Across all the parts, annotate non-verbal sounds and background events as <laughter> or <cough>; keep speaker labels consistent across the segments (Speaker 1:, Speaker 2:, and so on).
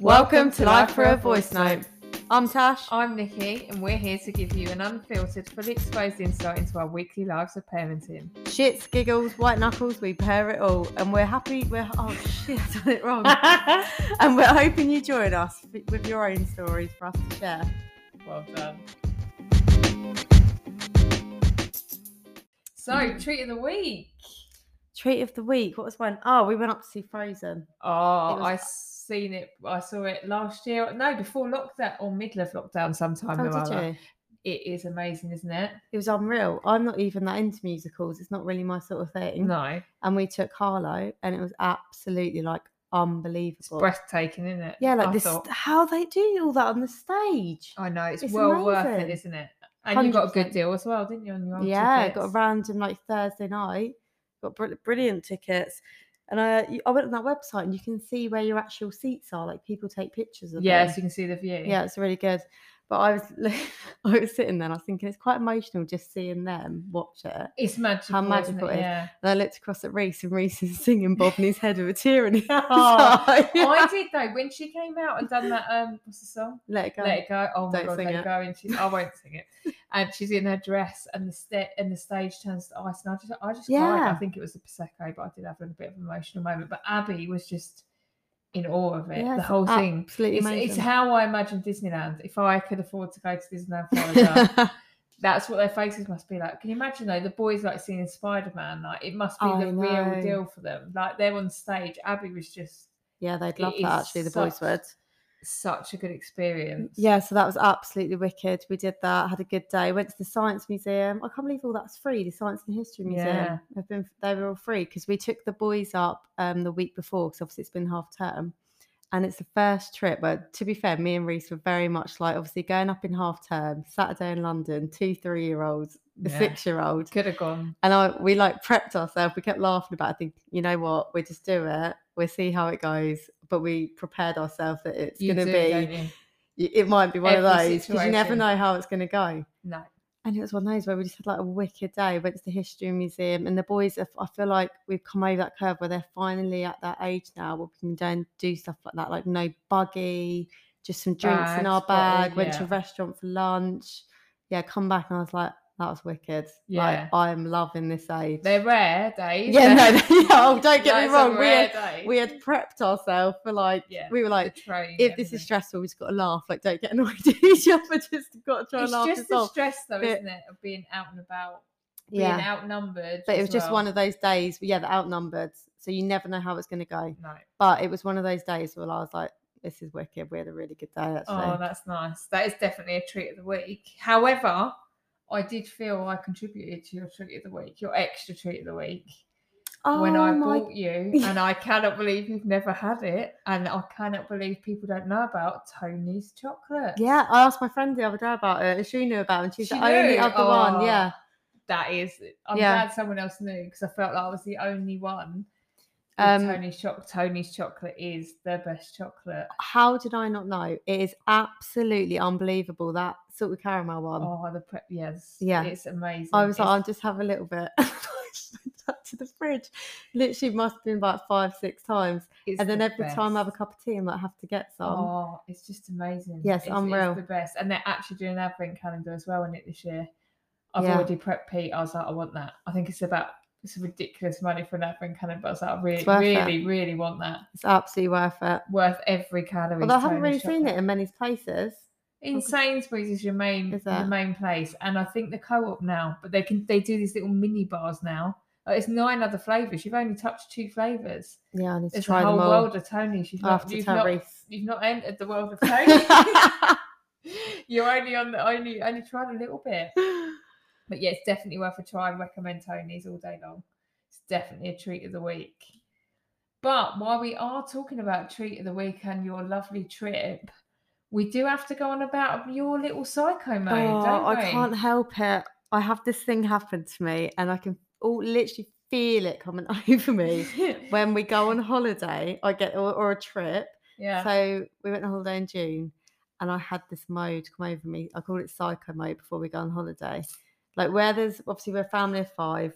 Speaker 1: Welcome to Life for a Voice Note. I'm Tash.
Speaker 2: I'm Nikki, and we're here to give you an unfiltered, fully exposed insight into our weekly lives of parenting.
Speaker 1: Shits, giggles, white knuckles, we pair it all. And we're happy, we're, oh shit, <laughs> I done it wrong. and we're hoping you join us with your own stories for us to share.
Speaker 2: Well done. So, treat of the week.
Speaker 1: Treat of the week, what was one? Oh, we went up to see Frozen.
Speaker 2: Oh,
Speaker 1: It was-
Speaker 2: I seen it. I saw it last year. No, before lockdown or middle of lockdown, sometime. or
Speaker 1: oh,
Speaker 2: other.
Speaker 1: did you?
Speaker 2: It is amazing, isn't it?
Speaker 1: It was unreal. I'm not even that into musicals, it's not really my sort of thing.
Speaker 2: No,
Speaker 1: And we took Harlow, and it was absolutely like
Speaker 2: it's
Speaker 1: unbelievable.
Speaker 2: breathtaking, isn't it?
Speaker 1: yeah, like
Speaker 2: I
Speaker 1: this,
Speaker 2: thought-
Speaker 1: how they do all that on the stage.
Speaker 2: I know it's,
Speaker 1: it's
Speaker 2: well worth it,
Speaker 1: amazing.
Speaker 2: isn't it? And you got a good
Speaker 1: 100%.
Speaker 2: deal as well, didn't you? On your old
Speaker 1: yeah got a
Speaker 2: tickets?
Speaker 1: random like thursday night got br- brilliant tickets and I, you- I went on that website and you can see where your actual seats are like people take pictures of
Speaker 2: Yeah,
Speaker 1: them.
Speaker 2: so you can see the view.
Speaker 1: yeah it's really good but i was <laughs> i was sitting there and i was thinking it's quite emotional just seeing them watch it and
Speaker 2: It's magical.
Speaker 1: magical
Speaker 2: isn't
Speaker 1: it
Speaker 2: it?
Speaker 1: is. <laughs>
Speaker 2: Yeah.
Speaker 1: i looked across at reese and reese is <laughs> singing bobbing his head with a tear in his
Speaker 2: <laughs> Oh,
Speaker 1: eye
Speaker 2: I did though when she came out and done that. Um, what's the song?
Speaker 1: <laughs> let it go
Speaker 2: Let it go. Oh my
Speaker 1: Don't
Speaker 2: god,
Speaker 1: sing
Speaker 2: let it.
Speaker 1: it.
Speaker 2: go. And she, I won't sing
Speaker 1: <laughs>
Speaker 2: it. And she's in her dress, and the step and the stage turns to ice, and I just, I just cried. I
Speaker 1: Yeah.
Speaker 2: think it was the prosecco, but I did have a bit of an emotional moment. But Abby was just in awe of it,
Speaker 1: Yeah,
Speaker 2: the
Speaker 1: it's
Speaker 2: whole thing.
Speaker 1: absolutely
Speaker 2: It's,
Speaker 1: Ah, amazing
Speaker 2: it's how I imagine Disneyland. If I could afford to go to Disneyland
Speaker 1: <laughs>
Speaker 2: Florida, that's what their faces must be like. Can you imagine though? The boys like seeing Spider Man, like it must be
Speaker 1: I
Speaker 2: the
Speaker 1: know.
Speaker 2: real deal for them. Like they're on stage. Abby was just
Speaker 1: yeah they'd
Speaker 2: It
Speaker 1: love
Speaker 2: is
Speaker 1: that actually the boys
Speaker 2: such-
Speaker 1: would
Speaker 2: such a good experience.
Speaker 1: Yeah, so that was absolutely wicked. We did that, had a good day. Went to the Science Museum. I can't believe all that's free. The Science and History Museum.
Speaker 2: Yeah.
Speaker 1: They've been they were all free because we took the boys up um, the week before because obviously it's been half term, and it's the first trip. But to be fair, me and Reese were very much like obviously going up in half term, Saturday in London, two three year olds, a
Speaker 2: Yeah.
Speaker 1: six year old,
Speaker 2: Could have gone.
Speaker 1: and I we like prepped ourselves. We kept laughing about. it. I think you know what, we just do it. We'll see how it goes. But we prepared ourselves that it's
Speaker 2: You
Speaker 1: going to
Speaker 2: do,
Speaker 1: be
Speaker 2: don't you?
Speaker 1: y- it might be one of
Speaker 2: Every
Speaker 1: those because you never
Speaker 2: situation.
Speaker 1: know how it's going to go.
Speaker 2: No.
Speaker 1: And it was one of those where we just had like a wicked day. Went to the history museum, and the boys, are, I feel like we've come over that curve where they're finally at that age now where we can go and do stuff like that, like no buggy, just some drinks in
Speaker 2: Bags,
Speaker 1: our
Speaker 2: bottle,
Speaker 1: bag. Went to
Speaker 2: yeah.
Speaker 1: a restaurant for lunch. Yeah, come back, and I was like, that was wicked.
Speaker 2: Yeah.
Speaker 1: Like I am loving this age.
Speaker 2: They're rare days.
Speaker 1: yeah, no,
Speaker 2: they're- <laughs>
Speaker 1: yeah, oh, don't get
Speaker 2: No,
Speaker 1: me
Speaker 2: it's a
Speaker 1: wrong. We
Speaker 2: rare
Speaker 1: had,
Speaker 2: day.
Speaker 1: we had prepped ourselves for like
Speaker 2: Yeah,
Speaker 1: we were
Speaker 2: The
Speaker 1: like
Speaker 2: train,
Speaker 1: if this is
Speaker 2: everything.
Speaker 1: stressful, we've just got to laugh. Like, don't get annoyed at each other. <laughs> Just got to try and
Speaker 2: it's
Speaker 1: laugh
Speaker 2: just
Speaker 1: this
Speaker 2: the
Speaker 1: off.
Speaker 2: stress though,
Speaker 1: But-
Speaker 2: isn't it, of being out and about, being
Speaker 1: Yeah.
Speaker 2: outnumbered.
Speaker 1: But it
Speaker 2: as
Speaker 1: was just
Speaker 2: well.
Speaker 1: one of those days. Yeah, the outnumbered. So you never know how it's going to go.
Speaker 2: No.
Speaker 1: But it was one of those days where I was like, this is wicked. We had a really good day, actually.
Speaker 2: Oh, that's nice. That is definitely a treat of the week. However, I did feel I contributed to your treat of the week, your extra treat of the week, when I
Speaker 1: Oh my-
Speaker 2: bought
Speaker 1: <laughs>
Speaker 2: you, and I cannot believe you've never had it, and I cannot believe people don't know about Tony's chocolate.
Speaker 1: Yeah, I asked my friend the other day about it and she knew about it and she's
Speaker 2: She
Speaker 1: the only
Speaker 2: knew?
Speaker 1: other one.
Speaker 2: Oh.
Speaker 1: Yeah.
Speaker 2: that is. I'm
Speaker 1: Yeah.
Speaker 2: glad someone else knew because I felt like I was the only one. with
Speaker 1: Um,
Speaker 2: Tony's choc Tony's chocolate is the best chocolate.
Speaker 1: How did I not know? It is absolutely unbelievable that sort of caramel one.
Speaker 2: Oh, the prep, yes,
Speaker 1: um, Yeah.
Speaker 2: it's amazing.
Speaker 1: I was like, I'll
Speaker 2: It's-
Speaker 1: just have a little bit. <laughs> I just went up to the fridge. Literally must have been about five, six times.
Speaker 2: it's
Speaker 1: and then
Speaker 2: the
Speaker 1: every time I have a
Speaker 2: best.
Speaker 1: cup of tea, I might have to get some.
Speaker 2: Oh, it's just amazing.
Speaker 1: Yes,
Speaker 2: it's,
Speaker 1: unreal.
Speaker 2: It's the best, and they're actually doing an advent calendar as well in it this year. I've
Speaker 1: Yeah.
Speaker 2: already prepped Pete. I was like, I want that. I think it's about it's ridiculous money for an advent calendar. But I was like, I really,
Speaker 1: worth it.
Speaker 2: really, really want that.
Speaker 1: It's absolutely worth it.
Speaker 2: Worth every calorie.
Speaker 1: Although I haven't
Speaker 2: Tony's
Speaker 1: really seen
Speaker 2: chocolate.
Speaker 1: it in many places.
Speaker 2: in Sainsbury's is your main
Speaker 1: Is
Speaker 2: the
Speaker 1: it?
Speaker 2: main place, and I think the co-op now. But they can they do these little mini bars now. Like, it's nine other flavors. You've only touched two flavors.
Speaker 1: Yeah, I need to
Speaker 2: It's
Speaker 1: try
Speaker 2: a whole
Speaker 1: them all.
Speaker 2: world of Tony's. You've
Speaker 1: I have
Speaker 2: not,
Speaker 1: to
Speaker 2: you've,
Speaker 1: tell
Speaker 2: not,
Speaker 1: Reese.
Speaker 2: you've not entered the world
Speaker 1: <laughs>
Speaker 2: of Tony's. You're only on the only only tried a little bit,
Speaker 1: <laughs>
Speaker 2: but yeah, it's definitely worth a try. I recommend Tony's all day long. It's definitely a treat of the week. But while we are talking about treat of the week and your lovely trip, we do have to go on about your little psycho mode, don't
Speaker 1: <laughs> oh,
Speaker 2: we?
Speaker 1: I can't help it. I have this thing happen to me, and I can all literally feel it coming <laughs> over me.
Speaker 2: <laughs>
Speaker 1: when we go on holiday, I get or, or a trip.
Speaker 2: yeah.
Speaker 1: So we went on holiday in June, and I had this mode come over me. I call it psycho mode before we go on holiday. Like where there's obviously we're a family of five.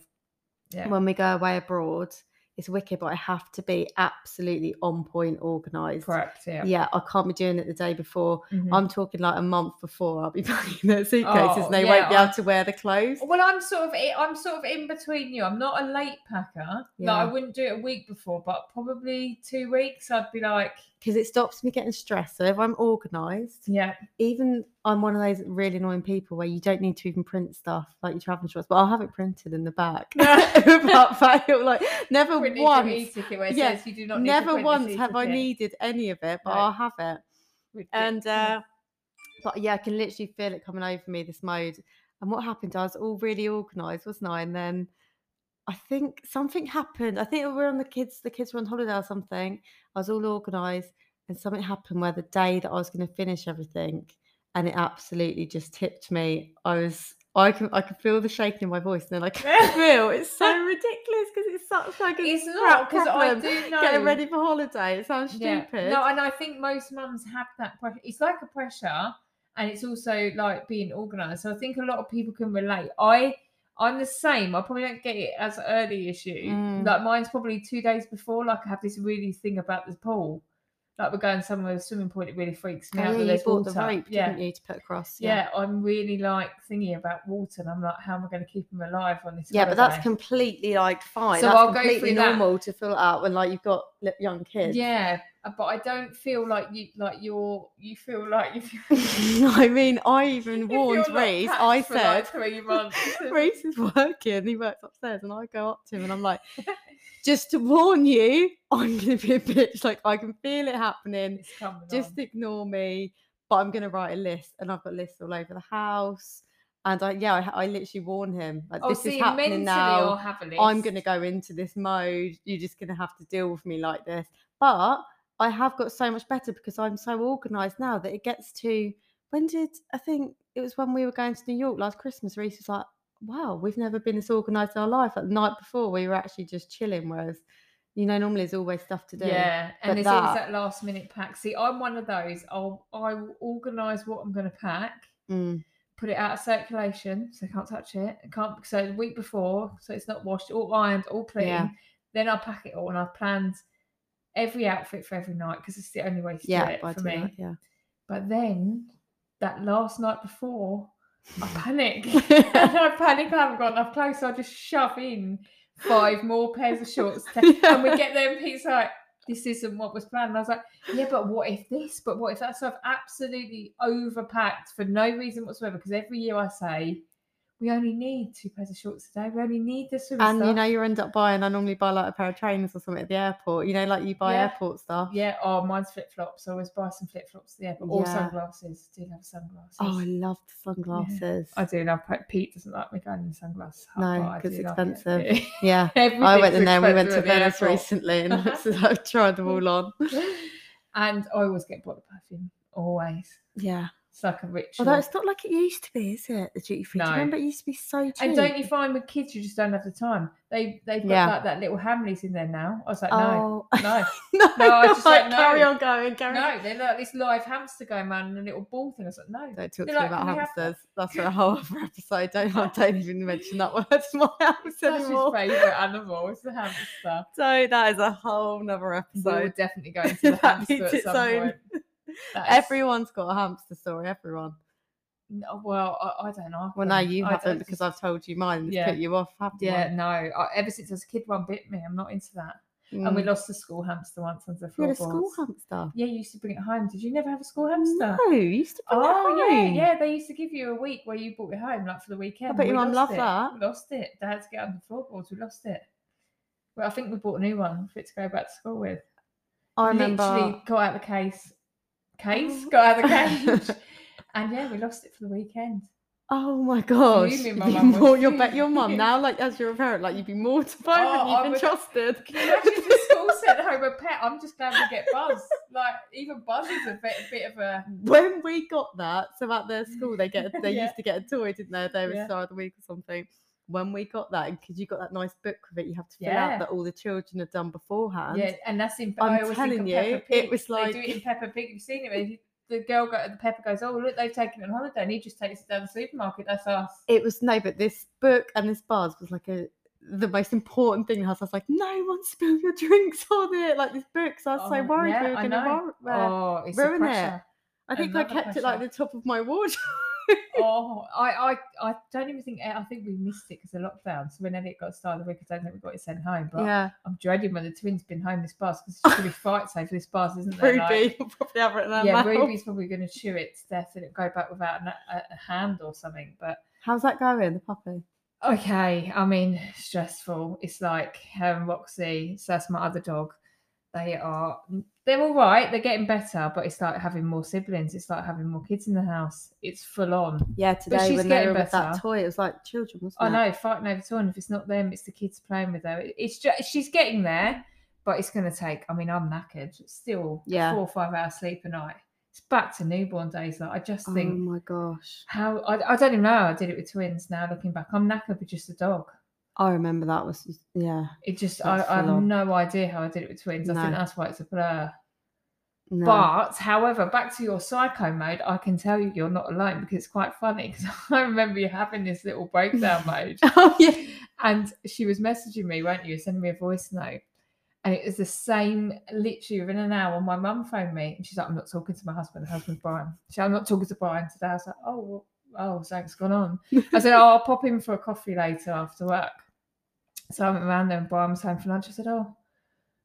Speaker 2: yeah.
Speaker 1: When we go away abroad, it's wicked, but I have to be absolutely on point, organised.
Speaker 2: Correct. Yeah.
Speaker 1: Yeah, I can't be doing it the day before.
Speaker 2: Mhm.
Speaker 1: I'm talking like a month before I'll be <laughs> packing their suitcases
Speaker 2: Oh,
Speaker 1: and they
Speaker 2: yeah,
Speaker 1: won't be
Speaker 2: I-
Speaker 1: able to wear the clothes.
Speaker 2: Well, I'm sort of i- I'm sort of in between you. I'm not a late packer. Like I
Speaker 1: Yeah.
Speaker 2: wouldn't do it a week before, but probably two weeks. I'd be like,
Speaker 1: Because it stops me getting stressed. So if I'm organised,
Speaker 2: yeah,
Speaker 1: even I'm one of those really annoying people where you don't need to even print stuff like your travel insurance, but I'll have it printed in the back. <laughs>
Speaker 2: <laughs>
Speaker 1: Without fail, like never
Speaker 2: print your
Speaker 1: once,
Speaker 2: e-ticket where it
Speaker 1: yeah,
Speaker 2: says you do not need to
Speaker 1: never
Speaker 2: print this
Speaker 1: once have I
Speaker 2: e-ticket.
Speaker 1: needed any of it, but
Speaker 2: No.
Speaker 1: I'll have it. And
Speaker 2: Ridiculous.
Speaker 1: uh, but yeah, I can literally feel it coming over me. This mode. And what happened? I was all really organised, wasn't I? And then I think something happened. I think we were on the kids. The kids were on holiday or something. I was all organised, and something happened where the day that I was going to finish everything, and it absolutely just tipped me. I was. I can I can feel the shaking in my voice, and then
Speaker 2: <laughs>
Speaker 1: I can feel it's so ridiculous because it's such like a
Speaker 2: it's not
Speaker 1: crap
Speaker 2: because I
Speaker 1: problem. <laughs>
Speaker 2: do know
Speaker 1: getting ready for holiday. It sounds
Speaker 2: Yeah.
Speaker 1: stupid.
Speaker 2: No, and I think most mums have that pressure. It's like a pressure, and it's also like being organised. So I think a lot of people can relate. I I'm the same. I probably don't get it as early as you.
Speaker 1: Mm.
Speaker 2: Like mine's probably two days before. Like I have this really thing about the pool. Like we're going somewhere, a swimming pool. It really freaks me out.
Speaker 1: Oh,
Speaker 2: that
Speaker 1: yeah, you
Speaker 2: there's
Speaker 1: bought the
Speaker 2: water.
Speaker 1: rope,
Speaker 2: yeah.
Speaker 1: didn't you, to put across?
Speaker 2: Yeah, I'm really like thingy about water, and I'm like, how am I going to keep them alive on this?
Speaker 1: Yeah, but that's
Speaker 2: holiday?
Speaker 1: completely like fine.
Speaker 2: So
Speaker 1: that's
Speaker 2: I'll go
Speaker 1: completely
Speaker 2: through that.
Speaker 1: normal to fill it out when like you've got li- young kids.
Speaker 2: yeah. uh, But I don't feel like you like you're you feel
Speaker 1: <laughs>
Speaker 2: like you <laughs>
Speaker 1: <laughs> I mean, I even
Speaker 2: If
Speaker 1: warned
Speaker 2: you're not
Speaker 1: Reese.
Speaker 2: packed
Speaker 1: I
Speaker 2: for, like,
Speaker 1: said,
Speaker 2: three
Speaker 1: <laughs>
Speaker 2: months.
Speaker 1: Reese is working. He works upstairs, and I go up to him and I'm like, just to warn you, I'm going to be a bitch. <laughs> Like I can feel it
Speaker 2: <laughs>
Speaker 1: happening.
Speaker 2: It's coming
Speaker 1: Just
Speaker 2: on.
Speaker 1: ignore me. But I'm going to write a list, and I've got lists all over the house. And I, yeah, I, I literally warn him. Like,
Speaker 2: oh,
Speaker 1: this
Speaker 2: see,
Speaker 1: is
Speaker 2: mentally
Speaker 1: happening now.
Speaker 2: I'll have a list.
Speaker 1: I'm going to go into this mode. You're just going to have to deal with me like this. But I have got so much better because I'm so organized now that it gets to when did I think it was when we were going to New York last Christmas? Reese was like, wow, we've never been this organized in our life. Like the night before, we were actually just chilling, whereas, you know, normally there's always stuff to do.
Speaker 2: Yeah,
Speaker 1: but
Speaker 2: and there's always that
Speaker 1: that-
Speaker 2: last minute pack. See, I'm one of those. I'll I will organise what I'm going to pack,
Speaker 1: Mm,
Speaker 2: put it out of circulation so I can't touch it. I can't so the week before, so it's not washed, all ironed, all clean.
Speaker 1: Yeah.
Speaker 2: Then I pack it all, and I've planned every outfit for every night because it's the only way to do
Speaker 1: yeah,
Speaker 2: it
Speaker 1: I
Speaker 2: for
Speaker 1: do
Speaker 2: me.
Speaker 1: that, yeah.
Speaker 2: But then that last night before,
Speaker 1: <laughs>
Speaker 2: I panic. <laughs> and I panic, I haven't got enough clothes, so I just shove in five more pairs of
Speaker 1: <laughs>
Speaker 2: shorts. to- <laughs> and we get there, and Pete's like, this isn't what was planned. And I was like, yeah, but what if this? But what if that? So I've absolutely overpacked for no reason whatsoever. Because every year I say, we only need two pairs of shorts today. We only need this.
Speaker 1: And you know, you end up buying, I normally buy like a pair of trainers or something at the airport, you know, like you buy
Speaker 2: Yeah.
Speaker 1: airport stuff.
Speaker 2: yeah, oh, mine's flip flops. I always buy some flip flops. Yeah, but all
Speaker 1: Yeah.
Speaker 2: sunglasses. Do have sunglasses.
Speaker 1: Oh, I love the sunglasses.
Speaker 2: I do love Pete. Pete doesn't like me going in sunglasses. hut,
Speaker 1: No,
Speaker 2: but I
Speaker 1: 'cause it's
Speaker 2: do like it.
Speaker 1: expensive.
Speaker 2: Yeah.
Speaker 1: Yeah. I
Speaker 2: <laughs> Everything's
Speaker 1: went in there and we went to
Speaker 2: expensive at the
Speaker 1: Venice
Speaker 2: airport.
Speaker 1: recently
Speaker 2: <laughs>
Speaker 1: and <laughs> I tried them all on.
Speaker 2: And I always get bottle perfume. Always.
Speaker 1: Yeah.
Speaker 2: It's like a ritual.
Speaker 1: Although it's not like it used to be, is it? The duty free. Do
Speaker 2: No.
Speaker 1: you remember it used to be so cheap?
Speaker 2: and don't you find with kids you just don't have the time? They they've got
Speaker 1: Yeah.
Speaker 2: like that little Hamleys in there now. I was like, no,
Speaker 1: oh. <laughs>
Speaker 2: no,
Speaker 1: no,
Speaker 2: No, I just
Speaker 1: like,
Speaker 2: don't
Speaker 1: carry
Speaker 2: know.
Speaker 1: on going, carry on. <laughs>
Speaker 2: no. They're like this live hamster going around and a little ball thing. I was like, no.
Speaker 1: Don't talk to
Speaker 2: They're
Speaker 1: me
Speaker 2: like,
Speaker 1: about
Speaker 2: "Can we have
Speaker 1: hamsters. That's
Speaker 2: <laughs>
Speaker 1: for a whole other episode. Don't I don't even mention that word to my <laughs> house
Speaker 2: That's his
Speaker 1: anymore. <laughs>
Speaker 2: favourite animal. It's the hamster.
Speaker 1: So that is a whole
Speaker 2: So
Speaker 1: nother <laughs> episode.
Speaker 2: we'll definitely go into the
Speaker 1: That
Speaker 2: hamster
Speaker 1: needs
Speaker 2: at
Speaker 1: its
Speaker 2: some
Speaker 1: own-
Speaker 2: point. That is-
Speaker 1: Everyone's got a hamster story, everyone.
Speaker 2: No, oh, well, I, I don't know.
Speaker 1: Well, no,
Speaker 2: now
Speaker 1: you haven't because I've told you mine. It's
Speaker 2: Yeah.
Speaker 1: put you off, haven't
Speaker 2: Yeah, no. I, ever since I was a kid, one bit me. I'm not into that.
Speaker 1: I?
Speaker 2: And we
Speaker 1: Mm.
Speaker 2: lost the school hamster once on the
Speaker 1: You had a
Speaker 2: floorboards.
Speaker 1: school Mm. hamster.
Speaker 2: Yeah, you used to bring it home. Did you never have a school hamster?
Speaker 1: No, you used to bring it
Speaker 2: Oh yeah,
Speaker 1: home.
Speaker 2: yeah. They used to give you a week where you brought it home, like for the weekend.
Speaker 1: bet
Speaker 2: We
Speaker 1: your mum
Speaker 2: lost
Speaker 1: loved
Speaker 2: it.
Speaker 1: that.
Speaker 2: We lost it. They had to get on the floorboards. We lost it. Well, I think we bought a new one for it to go back to school with.
Speaker 1: I remember. Oh.
Speaker 2: Literally got out the case, case, got out the
Speaker 1: <laughs>
Speaker 2: cage, and yeah, we lost it for the weekend.
Speaker 1: Oh my gosh!
Speaker 2: me and
Speaker 1: You'd
Speaker 2: my
Speaker 1: be
Speaker 2: mum were
Speaker 1: more,
Speaker 2: <laughs>
Speaker 1: you'll bet your mum
Speaker 2: furious.
Speaker 1: now, like as you're a parent, like you'd be mortified
Speaker 2: Oh,
Speaker 1: when you've
Speaker 2: I
Speaker 1: been
Speaker 2: would-
Speaker 1: trusted.
Speaker 2: Can you imagine if the school sent home a pet? I'm just glad we get Buzz. Like even Buzz is a bit, bit of a
Speaker 1: <laughs> when we got that, so at their school they get they
Speaker 2: <laughs> Yeah.
Speaker 1: used to get a toy, didn't they? They were
Speaker 2: Yeah.
Speaker 1: star of the week or something. When we got that, because you got that nice book with it, you have to fill
Speaker 2: Yeah.
Speaker 1: out that all the children have done beforehand.
Speaker 2: yeah, and that's in.
Speaker 1: I'm
Speaker 2: I always think
Speaker 1: telling
Speaker 2: of
Speaker 1: you,
Speaker 2: Peppa
Speaker 1: it
Speaker 2: Pig.
Speaker 1: was
Speaker 2: they do
Speaker 1: like-
Speaker 2: it in Peppa Pig. You've seen it. where he- The girl go, the Peppa goes, oh look, they've taken it on holiday, and he just takes it down the supermarket. That's us.
Speaker 1: It was no, but this book and this buzz was like a the most important thing in the house. I was like, no one spilled your drinks <laughs> on it. Like this book. So I was so
Speaker 2: Oh,
Speaker 1: worried we
Speaker 2: yeah,
Speaker 1: were
Speaker 2: I
Speaker 1: going
Speaker 2: know.
Speaker 1: to borrow.
Speaker 2: oh, it's the
Speaker 1: ruin it.
Speaker 2: pressure.
Speaker 1: I think I
Speaker 2: another
Speaker 1: kept it like the
Speaker 2: pressure.
Speaker 1: top of
Speaker 2: <laughs>
Speaker 1: my wardrobe.
Speaker 2: oh, I, I, I don't even think eh, I think we missed it because of lockdown. So when Elliot got started, because I don't think we got it sent home. But
Speaker 1: yeah,
Speaker 2: I'm dreading when the twins been home this bus because it's going
Speaker 1: <laughs>
Speaker 2: to be fights over this bus, isn't there?
Speaker 1: Ruby
Speaker 2: Like,
Speaker 1: will probably have it in her
Speaker 2: yeah,
Speaker 1: mouth.
Speaker 2: Ruby's probably going to chew it to death and it go back without an, a, a hand or something. But
Speaker 1: How's that going, the puppy?
Speaker 2: okay, I mean, stressful. It's like her and Roxy. So that's my other dog. They are they're all right. They're getting better, but it's like having more siblings. It's like having more kids in the house. It's full on.
Speaker 1: Yeah, today
Speaker 2: she's
Speaker 1: when they
Speaker 2: getting
Speaker 1: were with that
Speaker 2: better.
Speaker 1: toy, it was like children, wasn't
Speaker 2: I
Speaker 1: it?
Speaker 2: know, fighting over time. If it's not them, it's the kids playing with her. It- It's just she's getting there, but it's going to take. I mean, I'm knackered. It's Still,
Speaker 1: Yeah.
Speaker 2: four or five hours sleep a night. It's back to newborn days. Like I just
Speaker 1: Oh
Speaker 2: think
Speaker 1: my gosh.
Speaker 2: how I, I don't even know. how I did it with twins. Now looking back, I'm knackered with just a dog.
Speaker 1: I remember that was, yeah.
Speaker 2: It just
Speaker 1: That's
Speaker 2: I, I have
Speaker 1: full on.
Speaker 2: no idea how I did it with twins. I think
Speaker 1: No.
Speaker 2: that's why it's a blur.
Speaker 1: No.
Speaker 2: But however, back to your psycho mode, I can tell you you're not alone because it's quite funny. <laughs> Because I remember you having this little breakdown mode.
Speaker 1: <laughs> oh, yeah.
Speaker 2: and she was messaging me, weren't you? Sending me a voice note. And it was the same, literally within an hour. My mum phoned me and she's like, I'm not talking to my husband. Her husband's Brian. She said, I'm not talking to Brian today. I was like, oh, well, oh, something's gone on. I said, oh, I'll pop in for a coffee later after work. So I went around there and Brian was home for lunch. I said, oh,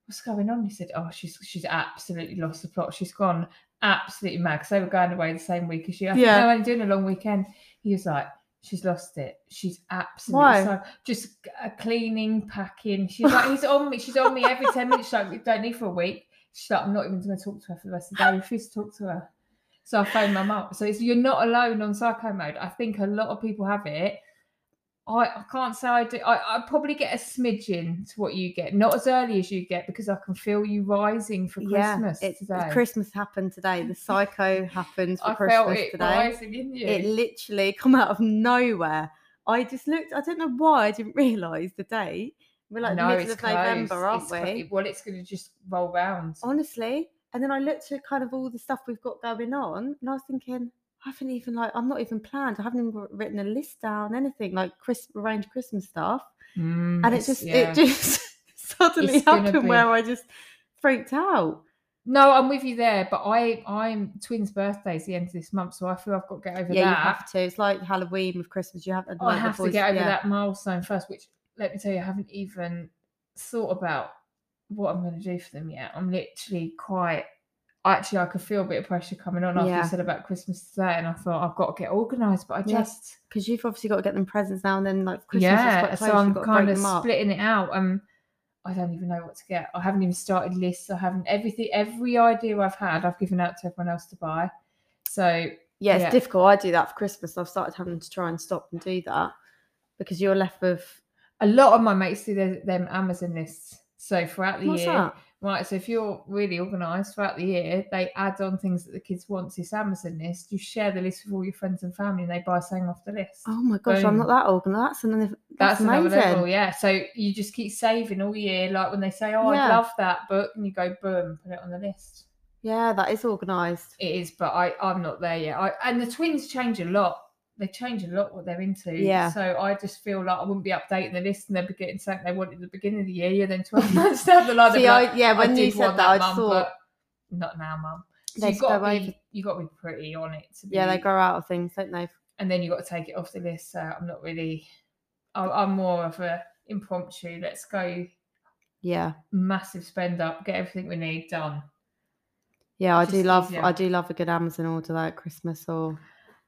Speaker 2: what's going on? He said, oh, she's she's absolutely lost the plot. She's gone absolutely mad because they were going away the same week as you. I said,
Speaker 1: Yeah.
Speaker 2: no, I'm doing a long weekend. He was like, she's lost it. She's absolutely
Speaker 1: Why?
Speaker 2: so just uh, cleaning, packing. She's like, he's on me. She's on me every ten minutes. She's like, we don't need for a week. She's like, I'm not even going to talk to her for the rest of the day. I refuse to talk to her. So I phoned my mum. So it's, you're not alone on psycho mode. I think a lot of people have it. I, I can't say I do. I, I probably get a smidgen to what you get, not as early as you get, because I can feel you rising for Christmas
Speaker 1: it's,
Speaker 2: today.
Speaker 1: Christmas happened today. The psycho happened for
Speaker 2: I
Speaker 1: Christmas
Speaker 2: felt it
Speaker 1: today.
Speaker 2: rising in you.
Speaker 1: It literally come out of nowhere. I just looked. I don't know why I didn't <laughs> realise the date. We're like the middle of
Speaker 2: it's close.
Speaker 1: November, aren't
Speaker 2: It's
Speaker 1: we?
Speaker 2: clo- well, it's going to just roll round.
Speaker 1: Honestly, and then I looked at kind of all the stuff we've got going on, and I was thinking, I haven't even like I'm not even planned. I haven't even wr- written a list down, anything like crisp arranged Christmas stuff.
Speaker 2: Mm,
Speaker 1: And it
Speaker 2: it's-
Speaker 1: just
Speaker 2: yeah.
Speaker 1: it just <laughs> suddenly
Speaker 2: It's gonna
Speaker 1: happened
Speaker 2: be-
Speaker 1: where I just freaked out.
Speaker 2: No, I'm with you there, but I I'm twins' birthdays the end of this month, so I feel I've got to get over
Speaker 1: Yeah, you
Speaker 2: that. Oh,
Speaker 1: have to. It's like Halloween with Christmas. You have to.
Speaker 2: I
Speaker 1: like, the
Speaker 2: have to
Speaker 1: boys-
Speaker 2: get over
Speaker 1: yeah.
Speaker 2: that milestone first, which let me tell you, I haven't even thought about what I'm going to do for them yet. I'm literally quite. Actually, I could feel a bit of pressure coming on after
Speaker 1: Yeah.
Speaker 2: you said about Christmas today, and I thought I've got to get organised, but I
Speaker 1: Yeah.
Speaker 2: just
Speaker 1: because you've obviously got to get them presents now and then. Like Christmas is
Speaker 2: yeah,
Speaker 1: quite
Speaker 2: so
Speaker 1: close,
Speaker 2: I'm
Speaker 1: you've got to break
Speaker 2: kind of
Speaker 1: them up.
Speaker 2: splitting it out. Um, I don't even know what to get. I haven't even started lists. I haven't everything. Every idea I've had, I've given out to everyone else to buy. So
Speaker 1: Yeah, it's
Speaker 2: yeah.
Speaker 1: difficult. I do that for Christmas. I've started having to try and stop and do that because you're left with
Speaker 2: a lot of my mates do their, them Amazon lists. So throughout the
Speaker 1: what's
Speaker 2: year,
Speaker 1: that?
Speaker 2: right. So if you're really organised throughout the year, they add on things that the kids want to this Amazon list. You share the list with all your friends and family, and they buy something off the list.
Speaker 1: Oh my gosh, I'm
Speaker 2: Boom.
Speaker 1: not that old, and that's another.
Speaker 2: That's
Speaker 1: That's,
Speaker 2: another level,
Speaker 1: amazing.
Speaker 2: yeah. So you just keep saving all year. Like when they say, "Oh,
Speaker 1: Yeah.
Speaker 2: I love that book," and you go, "Boom," put it on the list.
Speaker 1: Yeah, that is organised.
Speaker 2: It is, but I I'm not there yet. I, and the twins change a lot. They change a lot what they're into.
Speaker 1: Yeah.
Speaker 2: So I just feel like I wouldn't be updating the list and they'd be getting something they wanted at the beginning of the year. Yeah. Then twelve <laughs> months down the line, they'd
Speaker 1: See,
Speaker 2: be like,
Speaker 1: I, yeah, when you
Speaker 2: did
Speaker 1: said
Speaker 2: want
Speaker 1: that, I
Speaker 2: mum,
Speaker 1: thought
Speaker 2: but not now, mum. So
Speaker 1: They
Speaker 2: you've got
Speaker 1: go
Speaker 2: to
Speaker 1: over-
Speaker 2: be you got to be pretty on it. To be,
Speaker 1: yeah, they grow out of things, don't they?
Speaker 2: And then you got to take it off the list. So I'm not really. I, I'm more of a impromptu. Let's go
Speaker 1: Yeah,
Speaker 2: massive spend up, get everything we need done.
Speaker 1: yeah, I do
Speaker 2: Just
Speaker 1: love.
Speaker 2: easier.
Speaker 1: I do love a good Amazon order like Christmas or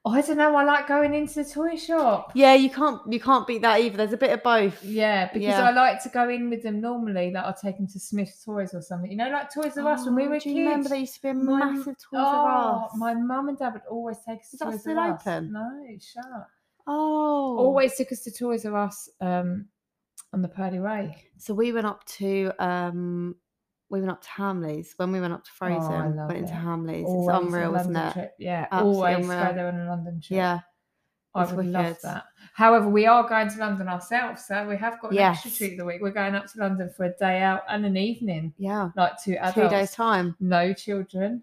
Speaker 2: I don't know. I like going into the toy shop.
Speaker 1: yeah, you can't you can't beat that either. There's a bit of both.
Speaker 2: Yeah, because
Speaker 1: Yeah.
Speaker 2: I like to go in with them normally. Like I'll take them to Smith's Toys or something. You know, like Toys R Us when we
Speaker 1: Oh,
Speaker 2: were
Speaker 1: do you remember
Speaker 2: kids.
Speaker 1: there used to be a
Speaker 2: My m-
Speaker 1: massive Toys
Speaker 2: oh,
Speaker 1: R Us?
Speaker 2: my mum and dad would always take us
Speaker 1: Is
Speaker 2: to
Speaker 1: that
Speaker 2: Toys
Speaker 1: still
Speaker 2: R Us.
Speaker 1: open?
Speaker 2: No, it's shut.
Speaker 1: Oh,
Speaker 2: Always took us to Toys R Us um, on the Purdy Way.
Speaker 1: So we went up to um, we went up to Hamleys when we went up to
Speaker 2: Oh, I
Speaker 1: Frozen.
Speaker 2: love
Speaker 1: went into
Speaker 2: it.
Speaker 1: Hamleys.
Speaker 2: Always a
Speaker 1: it's unreal, isn't
Speaker 2: London
Speaker 1: it?
Speaker 2: Trip. Yeah,
Speaker 1: Absolutely
Speaker 2: always
Speaker 1: unreal.
Speaker 2: go there on a London trip.
Speaker 1: Yeah,
Speaker 2: I
Speaker 1: It's
Speaker 2: would love
Speaker 1: wicked.
Speaker 2: that. However, we are going to London ourselves, so we have got an extra
Speaker 1: Yes.
Speaker 2: treat of the week. We're going up to London for a day out and an evening,
Speaker 1: yeah.
Speaker 2: like two adults,
Speaker 1: Two days time.
Speaker 2: no children.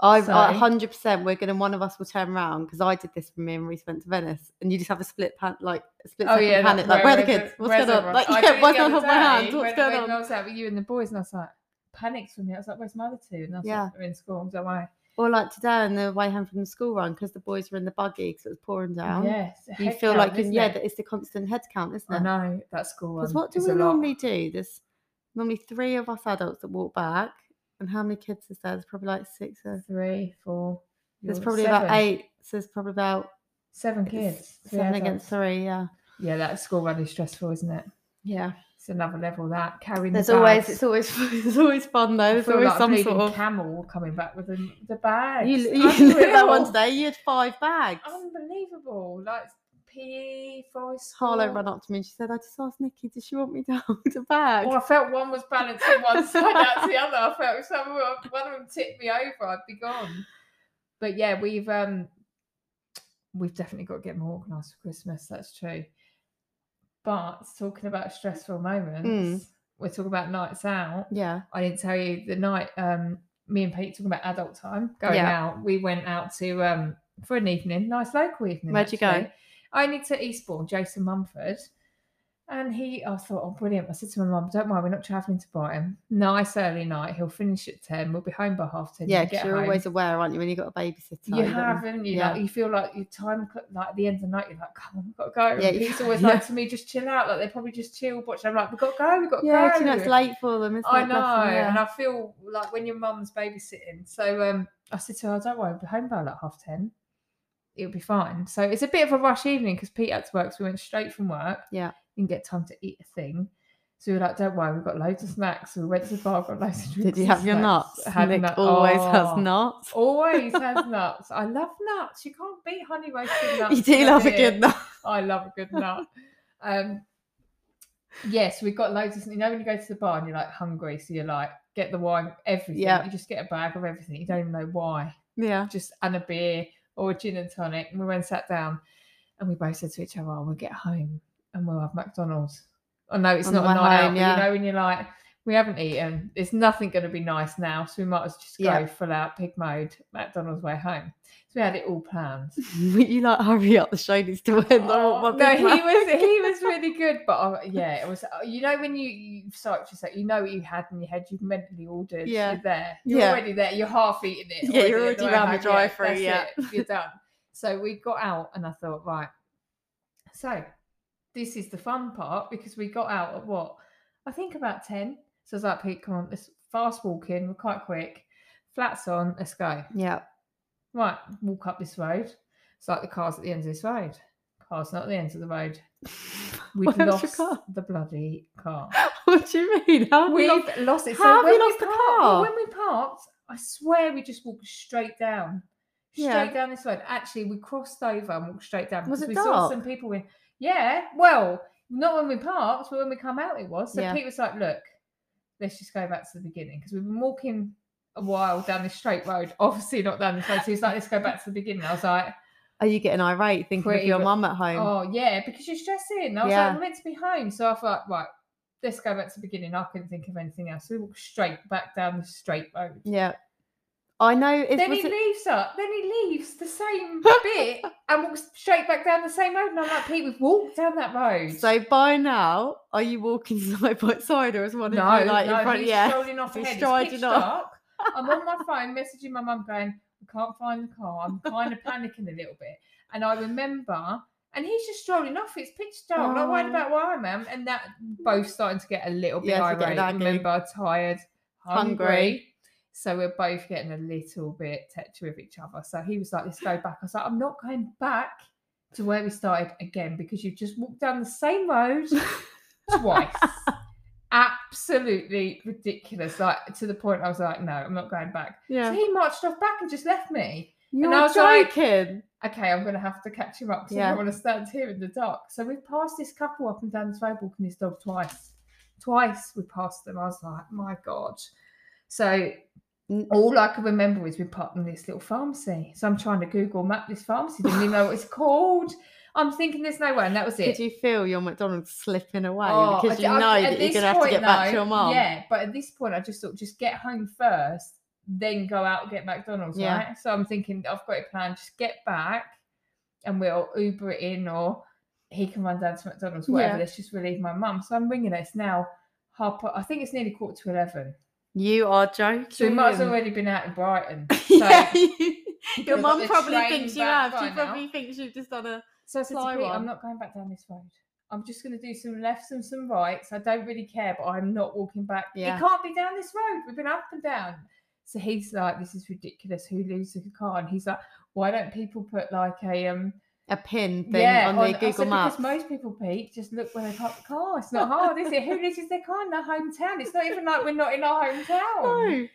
Speaker 1: I
Speaker 2: So-
Speaker 1: I- 100% we're gonna one of us will turn around because I did this when me and Reese went to Venice and you just have a split pan like a split
Speaker 2: Oh
Speaker 1: second
Speaker 2: yeah,
Speaker 1: panic
Speaker 2: that-
Speaker 1: like where are the
Speaker 2: where's
Speaker 1: kids
Speaker 2: it-
Speaker 1: what's
Speaker 2: where's
Speaker 1: going on like
Speaker 2: everyone? I did
Speaker 1: yeah
Speaker 2: it
Speaker 1: why
Speaker 2: the
Speaker 1: can't I
Speaker 2: other
Speaker 1: hold my hand
Speaker 2: day
Speaker 1: what's
Speaker 2: when-
Speaker 1: going
Speaker 2: when
Speaker 1: on
Speaker 2: I was out with you and the boys, and I was like, panicked for me. I was like, "Where's my other two? And I was
Speaker 1: Yeah.
Speaker 2: like, "They're in school. I'm like, "Why?"
Speaker 1: or like today on the way home from the school run because the boys were in the buggy because it was pouring down
Speaker 2: Yes,
Speaker 1: you feel like you, yeah that it's the constant head count
Speaker 2: I
Speaker 1: isn't it
Speaker 2: know that school.
Speaker 1: because
Speaker 2: one
Speaker 1: what do
Speaker 2: is
Speaker 1: we
Speaker 2: a lot.
Speaker 1: normally do there's normally three of us adults that walk back and how many kids is there there's probably like six or
Speaker 2: Three, four.
Speaker 1: there's
Speaker 2: you're
Speaker 1: probably
Speaker 2: seven.
Speaker 1: about eight so there's probably about
Speaker 2: Seven
Speaker 1: it's
Speaker 2: kids. three
Speaker 1: seven against
Speaker 2: adults.
Speaker 1: three yeah
Speaker 2: Yeah, that school run is stressful, isn't it?
Speaker 1: yeah
Speaker 2: It's another level that carrying.
Speaker 1: There's
Speaker 2: the
Speaker 1: always
Speaker 2: bags.
Speaker 1: it's always <laughs> it's always fun though.
Speaker 2: I
Speaker 1: There's
Speaker 2: feel
Speaker 1: always
Speaker 2: like a
Speaker 1: some
Speaker 2: bleeding
Speaker 1: sort of
Speaker 2: camel coming back with the, the bags.
Speaker 1: you, <laughs> you looked at that one
Speaker 2: Unreal.
Speaker 1: today. You had five bags.
Speaker 2: Unbelievable. Like PE, voice.
Speaker 1: Harlow ran up to me and she said, "I just asked Nikki, does she want me to <laughs> hold a bag?"
Speaker 2: Well, Oh, I felt one was balancing one side out to the other. I felt if someone, one of them tipped me over, I'd be gone. But yeah, we've um, we've definitely got to get more organised for Christmas. That's true. But talking about stressful moments, we're talking about nights out.
Speaker 1: yeah,
Speaker 2: I didn't tell you the night um me and Pete talking about adult time going
Speaker 1: Yeah.
Speaker 2: out. We went out to um for an evening, nice local evening.
Speaker 1: Where'd you go?
Speaker 2: actually. Only to Eastbourne, Jason Mumford. And he, I thought, oh, brilliant. I said to my mum, don't mind, we're not travelling to Brighton. Nice early night. He'll finish at 10. We'll be home by half 10.
Speaker 1: yeah.
Speaker 2: you
Speaker 1: Because
Speaker 2: get
Speaker 1: you're
Speaker 2: home."
Speaker 1: always aware, aren't you, when you have got a babysitter?
Speaker 2: You
Speaker 1: don't you?
Speaker 2: have, haven't you?
Speaker 1: Yeah.
Speaker 2: Like, you feel like your time, cl- like at the end of the night, you're like, come on, we've got to go.
Speaker 1: Yeah,
Speaker 2: And
Speaker 1: you- <laughs>
Speaker 2: Pete's always
Speaker 1: yeah.
Speaker 2: like to me, just chill out. Like, they probably just chill, watch. I'm like, we've got to go, we've got to
Speaker 1: Yeah,
Speaker 2: go.
Speaker 1: do you know it's late for them. Isn't
Speaker 2: I
Speaker 1: it?
Speaker 2: know,
Speaker 1: Bless them,
Speaker 2: and
Speaker 1: yeah.
Speaker 2: I feel like when your mum's babysitting. So um, I said to her, "Don't worry, I'll be home by like half ten. It'll be fine." So it's a bit of a rush evening because Pete had to work, so we went straight from work.
Speaker 1: Yeah.
Speaker 2: didn't get time to eat a thing. So we were like, "Don't worry, we've got loads of snacks." So we went to the bar, got loads of drinks.
Speaker 1: Did you
Speaker 2: and
Speaker 1: have your
Speaker 2: snacks.
Speaker 1: nuts?
Speaker 2: I had
Speaker 1: Nick
Speaker 2: nut-
Speaker 1: always
Speaker 2: Oh, <laughs>
Speaker 1: has nuts.
Speaker 2: Always has nuts. I love nuts. You can't beat honey roasted nuts.
Speaker 1: <laughs> You do
Speaker 2: can
Speaker 1: love a
Speaker 2: you?
Speaker 1: good nut.
Speaker 2: I love a good nut. Um, yes, we've got loads of. You know when you go to the bar and you're like hungry, so you're like get the wine, everything.
Speaker 1: Yeah.
Speaker 2: You just get a bag of everything. You don't even know why.
Speaker 1: Yeah,
Speaker 2: Just and a beer or a gin and tonic. And we went and sat down, and we both said to each other, oh, "We'll get home and we'll have McDonald's." I know it's
Speaker 1: On
Speaker 2: not
Speaker 1: the way
Speaker 2: a night
Speaker 1: home,
Speaker 2: out,
Speaker 1: yeah.
Speaker 2: but you know when you're like. We haven't eaten. It's nothing going to be nice now, so we might as well just go
Speaker 1: Yeah.
Speaker 2: full out pig mode McDonald's way home. So we had it all planned.
Speaker 1: you like hurry up. The show needs to end. I
Speaker 2: Oh,
Speaker 1: want my
Speaker 2: no,
Speaker 1: big
Speaker 2: he
Speaker 1: mac.
Speaker 2: was he was really good, but I, yeah, it was. uh, You know when you you psyched yourself, you know what you had in your head. You've mentally ordered.
Speaker 1: Yeah.
Speaker 2: You're there. You're
Speaker 1: Yeah.
Speaker 2: already there. You're half eating it.
Speaker 1: Yeah, you're
Speaker 2: on
Speaker 1: already
Speaker 2: way
Speaker 1: round the
Speaker 2: home,
Speaker 1: drive-thru,
Speaker 2: that's
Speaker 1: yeah.
Speaker 2: it, You're done. So we got out, and I thought, right. So this is the fun part because we got out at what I think about ten. So I was like, Pete, come on, let's fast walk in. We're quite quick. Flats on. Let's go
Speaker 1: Yeah, <laughs>
Speaker 2: right, walk up this road. It's like the car's at the end of this road. Car's not at the end of the road. We've
Speaker 1: Where
Speaker 2: lost
Speaker 1: was your car?
Speaker 2: the bloody
Speaker 1: <laughs>
Speaker 2: car.
Speaker 1: what do you mean? How do
Speaker 2: We've
Speaker 1: you not-
Speaker 2: lost it. So
Speaker 1: How have
Speaker 2: when
Speaker 1: you
Speaker 2: we
Speaker 1: lost the
Speaker 2: parked- well,
Speaker 1: car?
Speaker 2: When we parked, I swear we just walked straight down. Straight
Speaker 1: Yeah.
Speaker 2: down this road. Actually, we crossed over and walked straight down
Speaker 1: Was
Speaker 2: because
Speaker 1: it
Speaker 2: we saw
Speaker 1: dark?
Speaker 2: some people with yeah, well, not when we parked, but when we come out it was. So
Speaker 1: Yeah.
Speaker 2: Pete was like, look, let's just go back to the beginning because we've been walking a while down this straight road. <laughs> Obviously not down this road. So he's like, let's go back to the beginning. I was like,
Speaker 1: Are you getting irate thinking
Speaker 2: Pretty
Speaker 1: of your
Speaker 2: ru-
Speaker 1: mum at home?
Speaker 2: Oh yeah, because you're stressing. I was
Speaker 1: Yeah.
Speaker 2: like, we're meant to be home. So I thought, right, let's go back to the beginning. I couldn't think of anything else. We walk straight back down the straight road.
Speaker 1: Yeah. I know. It,
Speaker 2: then
Speaker 1: was
Speaker 2: he
Speaker 1: it-
Speaker 2: leaves up. Then he leaves the
Speaker 1: <laughs>
Speaker 2: same bit and walks straight back down the same road. And I'm like, Pete, we've walked down that road.
Speaker 1: so by now, are you walking <laughs> side by side or is one
Speaker 2: no,
Speaker 1: of you like
Speaker 2: no,
Speaker 1: in front?
Speaker 2: he's
Speaker 1: Yeah.
Speaker 2: strolling off
Speaker 1: He's
Speaker 2: ahead. it's
Speaker 1: striding
Speaker 2: pitch
Speaker 1: off.
Speaker 2: dark. I'm on my phone messaging my mum going, we can't find the car. I'm
Speaker 1: <laughs>
Speaker 2: kind of panicking a little bit. And I remember, and he's just strolling off. It's pitch dark. I'm Not worried
Speaker 1: Oh.
Speaker 2: about where I am. And that both starting to get a little bit
Speaker 1: Yeah, it's
Speaker 2: irate.
Speaker 1: getting
Speaker 2: I
Speaker 1: aggy.
Speaker 2: remember tired, hungry.
Speaker 1: Hungry.
Speaker 2: So we're both getting a little bit tetchy with each other. So he was like, let's go back. I was like, I'm not going back to where we started again because you've just walked down the same
Speaker 1: <laughs>
Speaker 2: road twice. Absolutely ridiculous. Like to the point I was like, no, I'm not going back. So
Speaker 1: Yeah.
Speaker 2: he marched off back and just left me.
Speaker 1: You're
Speaker 2: I was like-
Speaker 1: joking.
Speaker 2: Okay, I'm gonna have to catch him up because I
Speaker 1: Yeah.
Speaker 2: don't want to stand here in the dark. So we passed this couple up and down this road walking his dog twice. Twice we passed them. I was like, my God. So
Speaker 1: N-
Speaker 2: all I can remember is we parked in this little pharmacy. So I'm trying to Google map this pharmacy, didn't even know what it's called. I'm thinking there's no way, and that was it.
Speaker 1: Did you feel your McDonald's slipping away
Speaker 2: Oh,
Speaker 1: because
Speaker 2: I-
Speaker 1: you
Speaker 2: I-
Speaker 1: know
Speaker 2: at
Speaker 1: that you're
Speaker 2: this
Speaker 1: going to have to
Speaker 2: point,
Speaker 1: get back to
Speaker 2: though,
Speaker 1: your mum?
Speaker 2: Yeah, but at this point, I just thought, just get home first then go out and get McDonald's,
Speaker 1: Yeah.
Speaker 2: right? So I'm thinking I've got a plan. Just get back, and we'll Uber it in, or he can run down to McDonald's, whatever.
Speaker 1: Yeah.
Speaker 2: Let's just relieve my mum. So I'm ringing her. It's now half. pa- I think it's nearly quarter to eleven.
Speaker 1: You are joking.
Speaker 2: So we might as well
Speaker 1: <laughs>
Speaker 2: already been out in Brighton. So, <laughs>
Speaker 1: yeah, your
Speaker 2: got
Speaker 1: mum
Speaker 2: the
Speaker 1: probably
Speaker 2: train
Speaker 1: thinks you
Speaker 2: back
Speaker 1: have. She
Speaker 2: by now.
Speaker 1: probably thinks you've just done a.
Speaker 2: so I said to
Speaker 1: Fly
Speaker 2: Pete,
Speaker 1: one.
Speaker 2: I'm not going back down this road. I'm just going to do some lefts and some rights. I don't really care, but I'm not walking back.
Speaker 1: Yeah.
Speaker 2: It can't be down this road. We've been up and down. So he's like, "This is ridiculous. Who loses a car?" And he's like, "Why don't people put like a um
Speaker 1: A pin thing on
Speaker 2: I
Speaker 1: the
Speaker 2: said,
Speaker 1: Google Maps.
Speaker 2: Because most people, Pete, just look where they park the car. It's not hard, is it? Who loses their car in their hometown? It's not even like we're not in
Speaker 1: <laughs>
Speaker 2: our hometown
Speaker 1: no.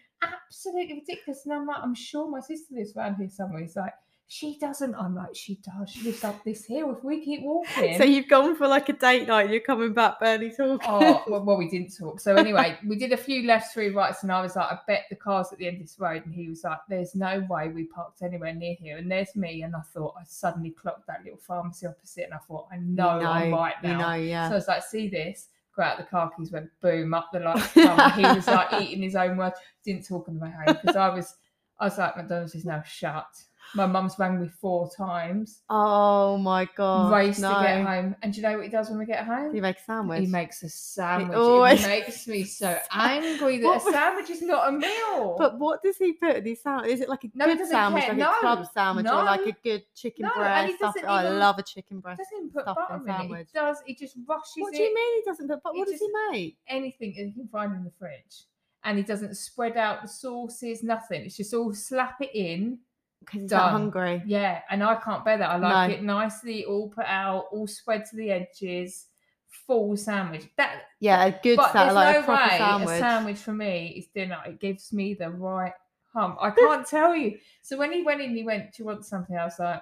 Speaker 2: absolutely ridiculous. And I'm like, I'm sure my sister lives around here somewhere. He's like, she doesn't. I'm like, she does. She lives up this hill. If we keep walking.
Speaker 1: So you've gone for like a date night. You're coming back barely talking.
Speaker 2: <laughs> Oh well, well, we didn't talk. So
Speaker 1: <laughs>
Speaker 2: anyway, we did a few left, three rights, and I was like, I bet the car's at the end of this road. And he was like, There's no way we parked anywhere near here. And there's me. And I thought I suddenly clocked that little pharmacy opposite, and I thought, I know,
Speaker 1: you know,
Speaker 2: I'm right now.
Speaker 1: You know, yeah.
Speaker 2: So I was like, see this, grab out the car keys, went boom, up the
Speaker 1: <laughs>
Speaker 2: lights. come. he was like eating his own words, didn't talk on the way home because I was, I was like, McDonald's is now shut. My mum's rang me four times,
Speaker 1: oh my god.
Speaker 2: race
Speaker 1: no.
Speaker 2: to get home. And do you know what he does when we get home?
Speaker 1: You make a sandwich.
Speaker 2: He makes a sandwich.
Speaker 1: always-
Speaker 2: It makes
Speaker 1: <laughs>
Speaker 2: me so angry that
Speaker 1: What
Speaker 2: a
Speaker 1: was-
Speaker 2: sandwich is not a meal.
Speaker 1: but what does he put in his sandwich? Is it like a
Speaker 2: No, he
Speaker 1: good
Speaker 2: doesn't
Speaker 1: sandwich,
Speaker 2: care.
Speaker 1: like
Speaker 2: No,
Speaker 1: a club sandwich, or like
Speaker 2: no,
Speaker 1: a good chicken
Speaker 2: no, and he
Speaker 1: breast? stuff?
Speaker 2: doesn't
Speaker 1: Oh, I
Speaker 2: even-
Speaker 1: love a chicken
Speaker 2: he
Speaker 1: <laughs> breast.
Speaker 2: doesn't put
Speaker 1: stuffed in
Speaker 2: butter in it.
Speaker 1: sandwich.
Speaker 2: He does. He just rushes
Speaker 1: What
Speaker 2: it.
Speaker 1: do you mean he doesn't put? But
Speaker 2: he
Speaker 1: what does he
Speaker 2: just-
Speaker 1: make?
Speaker 2: anything that you can find in the fridge. And he doesn't spread out the sauces, nothing. It's just all slap it in.
Speaker 1: Because he's
Speaker 2: done.
Speaker 1: not hungry.
Speaker 2: Yeah, and I can't bear that. I like
Speaker 1: No.
Speaker 2: it nicely, all put out, all spread to the edges, full sandwich. That,
Speaker 1: Yeah, a good
Speaker 2: but
Speaker 1: sandwich,
Speaker 2: there's
Speaker 1: like
Speaker 2: no
Speaker 1: a proper
Speaker 2: way
Speaker 1: sandwich.
Speaker 2: a sandwich for me is dinner. It gives me the right hump. I can't tell you. So when he went in, he went, "Do you want something?" I was like,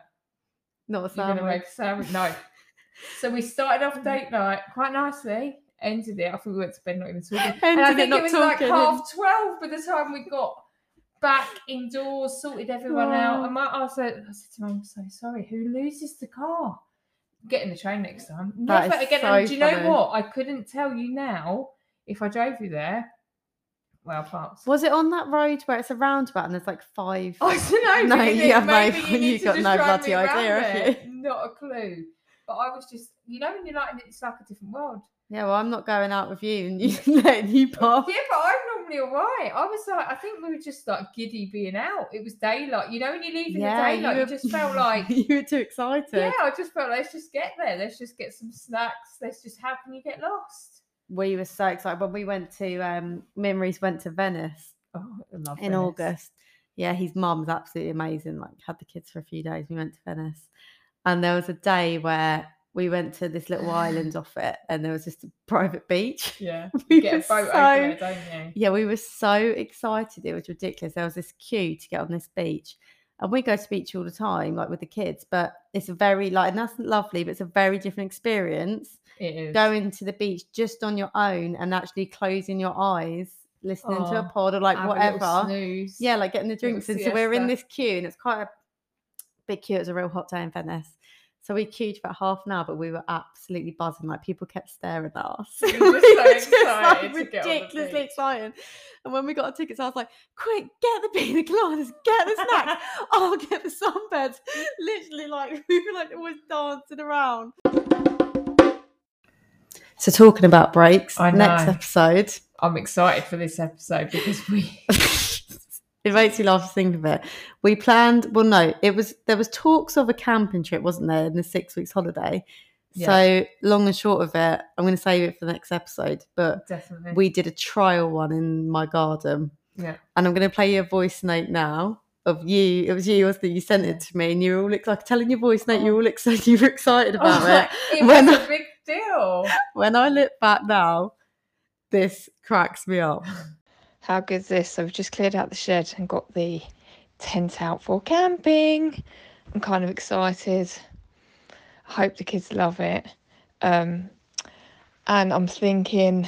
Speaker 1: Not a
Speaker 2: "You're gonna
Speaker 1: sandwich.
Speaker 2: make a sandwich?" No. so we started
Speaker 1: <laughs>
Speaker 2: off date night quite nicely. Ended it. I think we went to bed not even talking. <laughs> And I
Speaker 1: Ended
Speaker 2: think
Speaker 1: not
Speaker 2: it was
Speaker 1: talking.
Speaker 2: like half twelve by the time we got back indoors, sorted everyone
Speaker 1: Oh.
Speaker 2: out. And my, I said, I said to mum, I'm so sorry. Who loses the car? Getting the train next time.
Speaker 1: That
Speaker 2: Never
Speaker 1: is
Speaker 2: again.
Speaker 1: so
Speaker 2: and do you know
Speaker 1: funny.
Speaker 2: what? I couldn't tell you now if I drove you there. Well, parts.
Speaker 1: Was it on that road where it's a roundabout and there's like five?
Speaker 2: <laughs> I don't know.
Speaker 1: No,
Speaker 2: Maybe,
Speaker 1: you have no-
Speaker 2: maybe you
Speaker 1: you've
Speaker 2: need to
Speaker 1: got
Speaker 2: just
Speaker 1: no
Speaker 2: drive
Speaker 1: bloody
Speaker 2: me around
Speaker 1: idea, have
Speaker 2: there. Not a clue. But I was just, you know, when you're like, it's like a different world.
Speaker 1: <laughs> Yeah, well, I'm not going out with you and you <laughs>
Speaker 2: <laughs>
Speaker 1: letting you pass.
Speaker 2: Yeah, but I'm normally alright. I was like, I think we were just like giddy being out. It was daylight. You know, when you leave in the daylight, you, just
Speaker 1: <laughs>
Speaker 2: felt like,
Speaker 1: you were too excited.
Speaker 2: yeah, I just felt let's just get there. Let's just get some snacks. Let's just how can you get lost?
Speaker 1: We were so excited when we went to um, Memories went to Venice
Speaker 2: Oh, I love
Speaker 1: in August. Yeah, his mum's absolutely amazing. Like had the kids for a few days. We went to Venice, and there was a day where we went to this little island off it, and there was just a private beach.
Speaker 2: Yeah,
Speaker 1: <laughs> We
Speaker 2: get
Speaker 1: were
Speaker 2: a boat over
Speaker 1: so
Speaker 2: there,
Speaker 1: <laughs>
Speaker 2: don't you?
Speaker 1: Yeah, we were so excited. It was ridiculous. There was this queue to get on this beach. And we go to beach all the time, like with the kids, but it's a very like and that's lovely, but it's a very different experience
Speaker 2: It is.
Speaker 1: going to the beach just on your own and actually closing your eyes, listening to
Speaker 2: Oh,
Speaker 1: a pod or like
Speaker 2: Have a little
Speaker 1: whatever.
Speaker 2: snooze.
Speaker 1: Yeah, like getting the
Speaker 2: little
Speaker 1: drinks. And so we're in
Speaker 2: siesta.
Speaker 1: this queue and it's quite a big queue. It was a real hot day in Venice. So we queued for about half an hour, but we were absolutely buzzing. Like people kept staring at us.
Speaker 2: You were
Speaker 1: <laughs> We
Speaker 2: so
Speaker 1: were just, like,
Speaker 2: excited to get on the
Speaker 1: ridiculously
Speaker 2: beach.
Speaker 1: excited. And when we got our tickets, I was like, quick, get the pina coladas, get the
Speaker 2: <laughs>
Speaker 1: snacks, I'll get the sunbeds. Literally, like <laughs> we were like always dancing around. So talking about breaks,
Speaker 2: I
Speaker 1: next
Speaker 2: know.
Speaker 1: episode.
Speaker 2: I'm excited for this episode because we
Speaker 1: <laughs>
Speaker 2: <laughs>
Speaker 1: it makes you laugh to think of it. We planned. Well, no, it was there was talks of a camping trip, wasn't there, in the six weeks holiday. So long and short of it, I'm going to save it for the next episode. But
Speaker 2: definitely
Speaker 1: we did a trial one in my garden.
Speaker 2: Yeah.
Speaker 1: And I'm going to play you a voice note now of you. It was you, wasn't it? You sent
Speaker 2: Yeah.
Speaker 1: it to me, and you were all ex- like telling your voice note. You
Speaker 2: Oh.
Speaker 1: were all excited. <laughs> You were excited
Speaker 2: I was
Speaker 1: about it.
Speaker 2: like, Oh it was
Speaker 1: When
Speaker 2: a big deal.
Speaker 1: When I look back now, this cracks
Speaker 2: <laughs>
Speaker 1: me up.
Speaker 3: How good's this? So we've just cleared out the shed and got the tent out for camping. I'm kind of excited. I hope the kids love it. Um, and I'm thinking,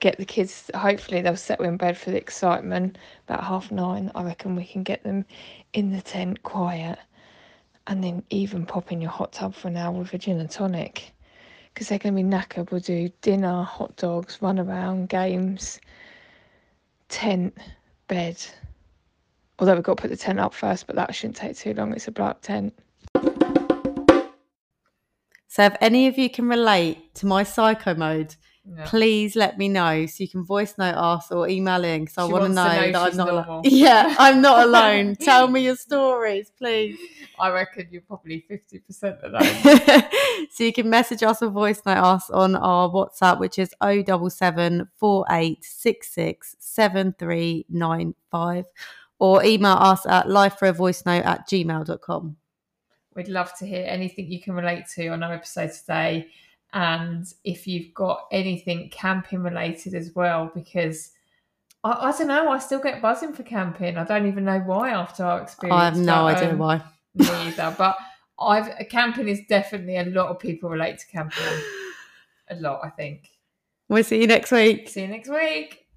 Speaker 3: get the kids, hopefully they'll settle in bed for the excitement. About half nine, I reckon we can get them in the tent quiet and then even pop in your hot tub for an hour with a gin and tonic. Because they're going to be knackered. We'll do dinner, hot dogs, run around, games tent, bed, Although we've got to put the tent up first, but that shouldn't take too long. It's a black tent.
Speaker 1: So if any of you can relate to my psycho mode,
Speaker 2: No.
Speaker 1: please let me know so you can voice note us or email in because I
Speaker 2: She
Speaker 1: want to
Speaker 2: wants to
Speaker 1: know,
Speaker 2: know
Speaker 1: that I'm
Speaker 2: she's
Speaker 1: not
Speaker 2: normal.
Speaker 1: alone. <laughs> Yeah,
Speaker 2: <laughs>
Speaker 1: I'm not alone. Tell me your stories, please.
Speaker 2: I reckon you're probably 50% of those.
Speaker 1: <laughs> so you can message us or voice note us on our WhatsApp, which is 077 or email us at lifeforavoicenote at gmail.com.
Speaker 2: <laughs> We'd love to hear anything you can relate to on our episode today. And if you've got anything camping related as well, because I, I don't know, I still get buzzing for camping. I don't even know why after our experience.
Speaker 1: I have no
Speaker 2: but,
Speaker 1: idea
Speaker 2: um,
Speaker 1: why.
Speaker 2: Me either. But I've camping is definitely a lot of people relate to camping. A lot, I think.
Speaker 1: We'll see you next week.
Speaker 2: See you next week.